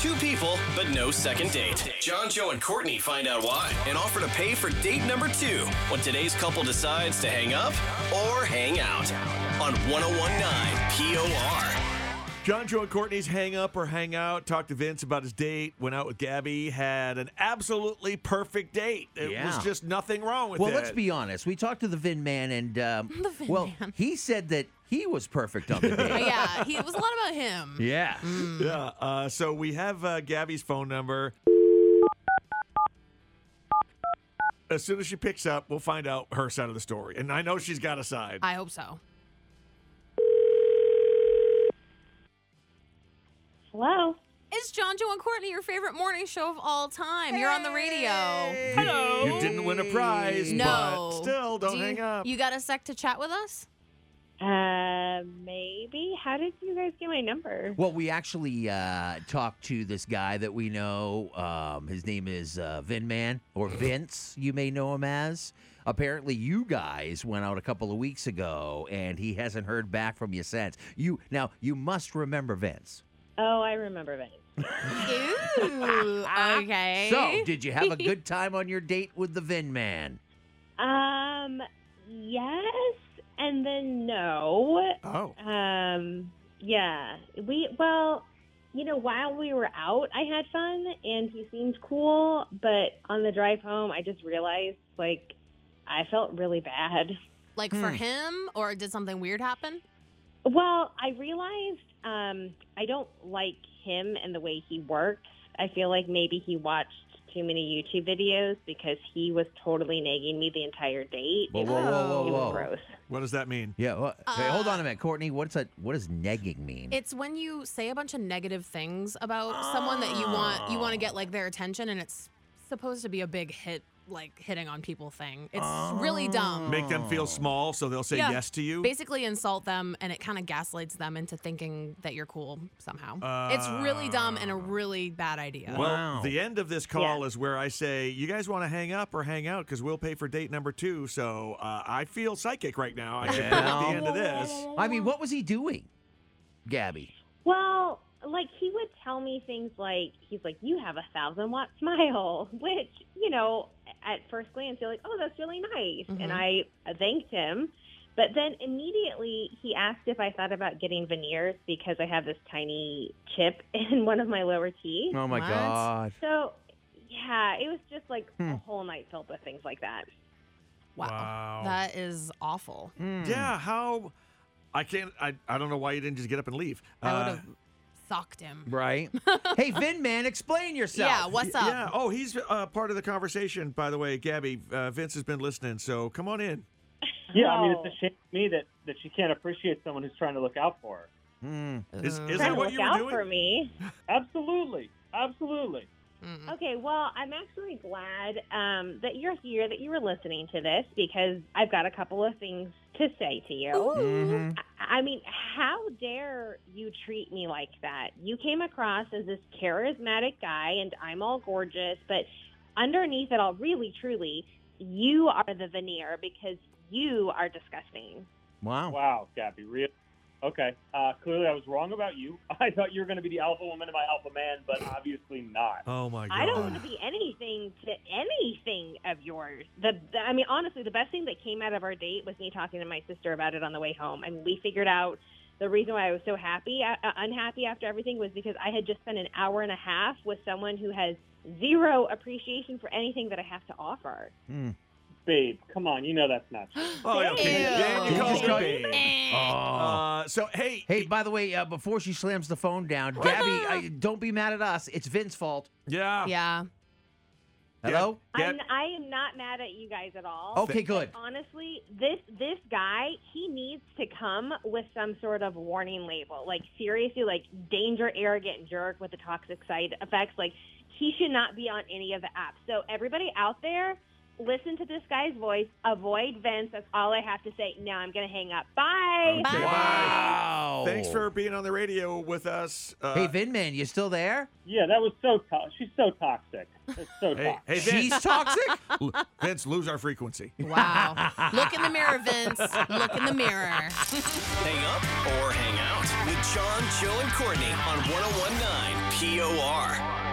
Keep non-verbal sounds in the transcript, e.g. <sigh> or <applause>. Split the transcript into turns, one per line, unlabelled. Two people, but no second date. John, Joe, and Courtney find out why and offer to pay for date number two when today's couple decides to hang up or hang out on 1019 POR.
John, Joe, and Courtney's hang up or hang out. Talked to Vince about his date. Went out with Gabby. Had an absolutely perfect date. It
Yeah.
was just nothing wrong with
Well,
it.
let's be honest. We talked to the Vin man, and um,
<laughs> The Vin
well,
man.
he said that he was perfect on
<laughs>
the
But
date.
Uh,
Mm.
yeah, he, it was a lot about him.
yeah.
Yeah. Uh, so we have uh, Gabby's phone number. As soon as she picks up, we'll find out her side of the story. And I know she's got a side.
I hope so.
Hello.
It's John, Joe, and Courtney, your favorite morning show of all time. You're on the radio.
You- You, didn't win a prize,
No.
but still, don't
Do you-
hang up.
You got a sec to chat
<laughs>
with us?
Uh, maybe. How did you guys get my number?
Well, we actually uh, talked to this guy that we know. Um, his name is uh, Vin Man, or Vince, you may know him as. Apparently, you guys went out a couple of weeks ago, and he hasn't heard back from you since. You now, you must remember Vince.
Oh, I remember Vince.
Ooh, okay.
So, did you have a
<laughs>
good time on your date with the Vin Man?
Um, yes, and then no.
Oh.
Um, yeah. We well, you know, while we were out, I had fun and he seemed cool, but on the drive home, I just realized like I felt really bad.
like for
Hmm.
him, or did something weird happen?
Well, I realized um, I don't like him and the way he works. I feel like maybe he watched too many YouTube videos because he was totally nagging me the entire date.
Whoa, whoa, whoa,
It
whoa,
was
whoa!
gross.
What does that mean?
Yeah. wha- hey, hold
Uh,
on a minute, Courtney. What's that? What does negging mean?
It's when you say a bunch of negative things about someone that you want you want to get like their attention, and it's supposed to be a big hit, like hitting on people thing. It's really dumb.
Make them feel small so they'll say
Yeah.
yes to you?
Basically, insult them, and it kind of gaslights them into thinking that you're cool somehow. it's really
Uh,
dumb and a really bad idea.
Well,
Wow.
the end of this call
Yeah.
is where I say, you guys want to hang up or hang out because we'll pay for date number two. So uh, I feel psychic right now. I can feel at the end of this.
I mean, what was he doing, Gabby?
Well, like he would tell me things like he's like, "You have a thousand watt <laughs> smile," which you know, at first glance you're like, "Oh, that's really nice,"
Mhm.
Mm-hmm.
and I thanked him. But then immediately he asked if I thought about getting veneers because I have this tiny chip <laughs> in one of my lower teeth.
Oh my
What?
God!
So, yeah, it was just like
Hmm.
a whole night filled with things like that.
Wow. That is awful.
Hmm.
Yeah, how? I can't. I, I don't know why you didn't just get up and leave.
I would
Uh,
have socked him.
Right.
<laughs>
hey, Vin, man, explain yourself.
Yeah, what's up?
Yeah. Oh, he's uh, part of the conversation, by the way. Gabby, uh, Vince has been listening, so come on in.
Yeah, I mean,
No.
it's a shame to me that, that she can't appreciate someone who's trying to look out for her.
Hmm.
Is-
Ugh.
is
Trying
that
to
what
look
you were
out
doing?
for me.
Absolutely. Absolutely.
Mm-mm.
Okay, well, I'm actually glad um, that you're here, that you were listening to this, because I've got a couple of things to say to you.
Oh,
Mhm.
I I mean, how dare you treat me like that? You came across as this charismatic guy, and I'm all gorgeous, but underneath it all, really, truly, you are the veneer because you are disgusting.
Oh.
Wow.
Wow, Gabby, real. Okay, uh, clearly I was wrong about you. <laughs> I thought you were going to be the alpha woman and my alpha man, but obviously not.
Oh my god.
I don't want to be anything to anything of yours. The, the I mean, honestly, the best thing that came out of our date was me talking to my sister about it on the way home. I mean, we figured out the reason why I was so happy, uh, unhappy after everything was because I had just spent an hour and a half with someone who has zero appreciation for anything that I have to offer.
Babe, come on, you know that's not true.
Oh, yeah, okay.
Ew.
Dan, you
He
called
just
me
called-
babe.
Eh.
Oh.
Uh, so hey,
Hey, by the way, uh, before she slams the phone down,
<laughs>
Gabby, I, don't be mad at us. It's Vin's fault.
yeah,
Yeah.
Hello?
Yeah.
I'm, I am not mad at you guys at all.
Okay, good.
Honestly, this this guy, he needs to come with some sort of warning label. Like seriously, like danger, arrogant jerk with the toxic side effects. Like he should not be on any of the apps. So everybody out there, listen to this guy's voice, avoid Vince. That's all I have to say. Now I'm going to hang up. Bye.
Bye.
Wow.
Thanks for being on the radio with us. Uh,
Oh. Hey, Vin Man, you still there?
Yeah, that was so toxic. She's so toxic. It's so
hey,
toxic.
hey,
She's
Vince.
toxic?
L- Vince, lose our frequency.
Wow. Look in the mirror, Vince. Look in
<laughs>
the mirror.
Hang up oh or hang out with John, Joe, and Courtney on 1019 POR.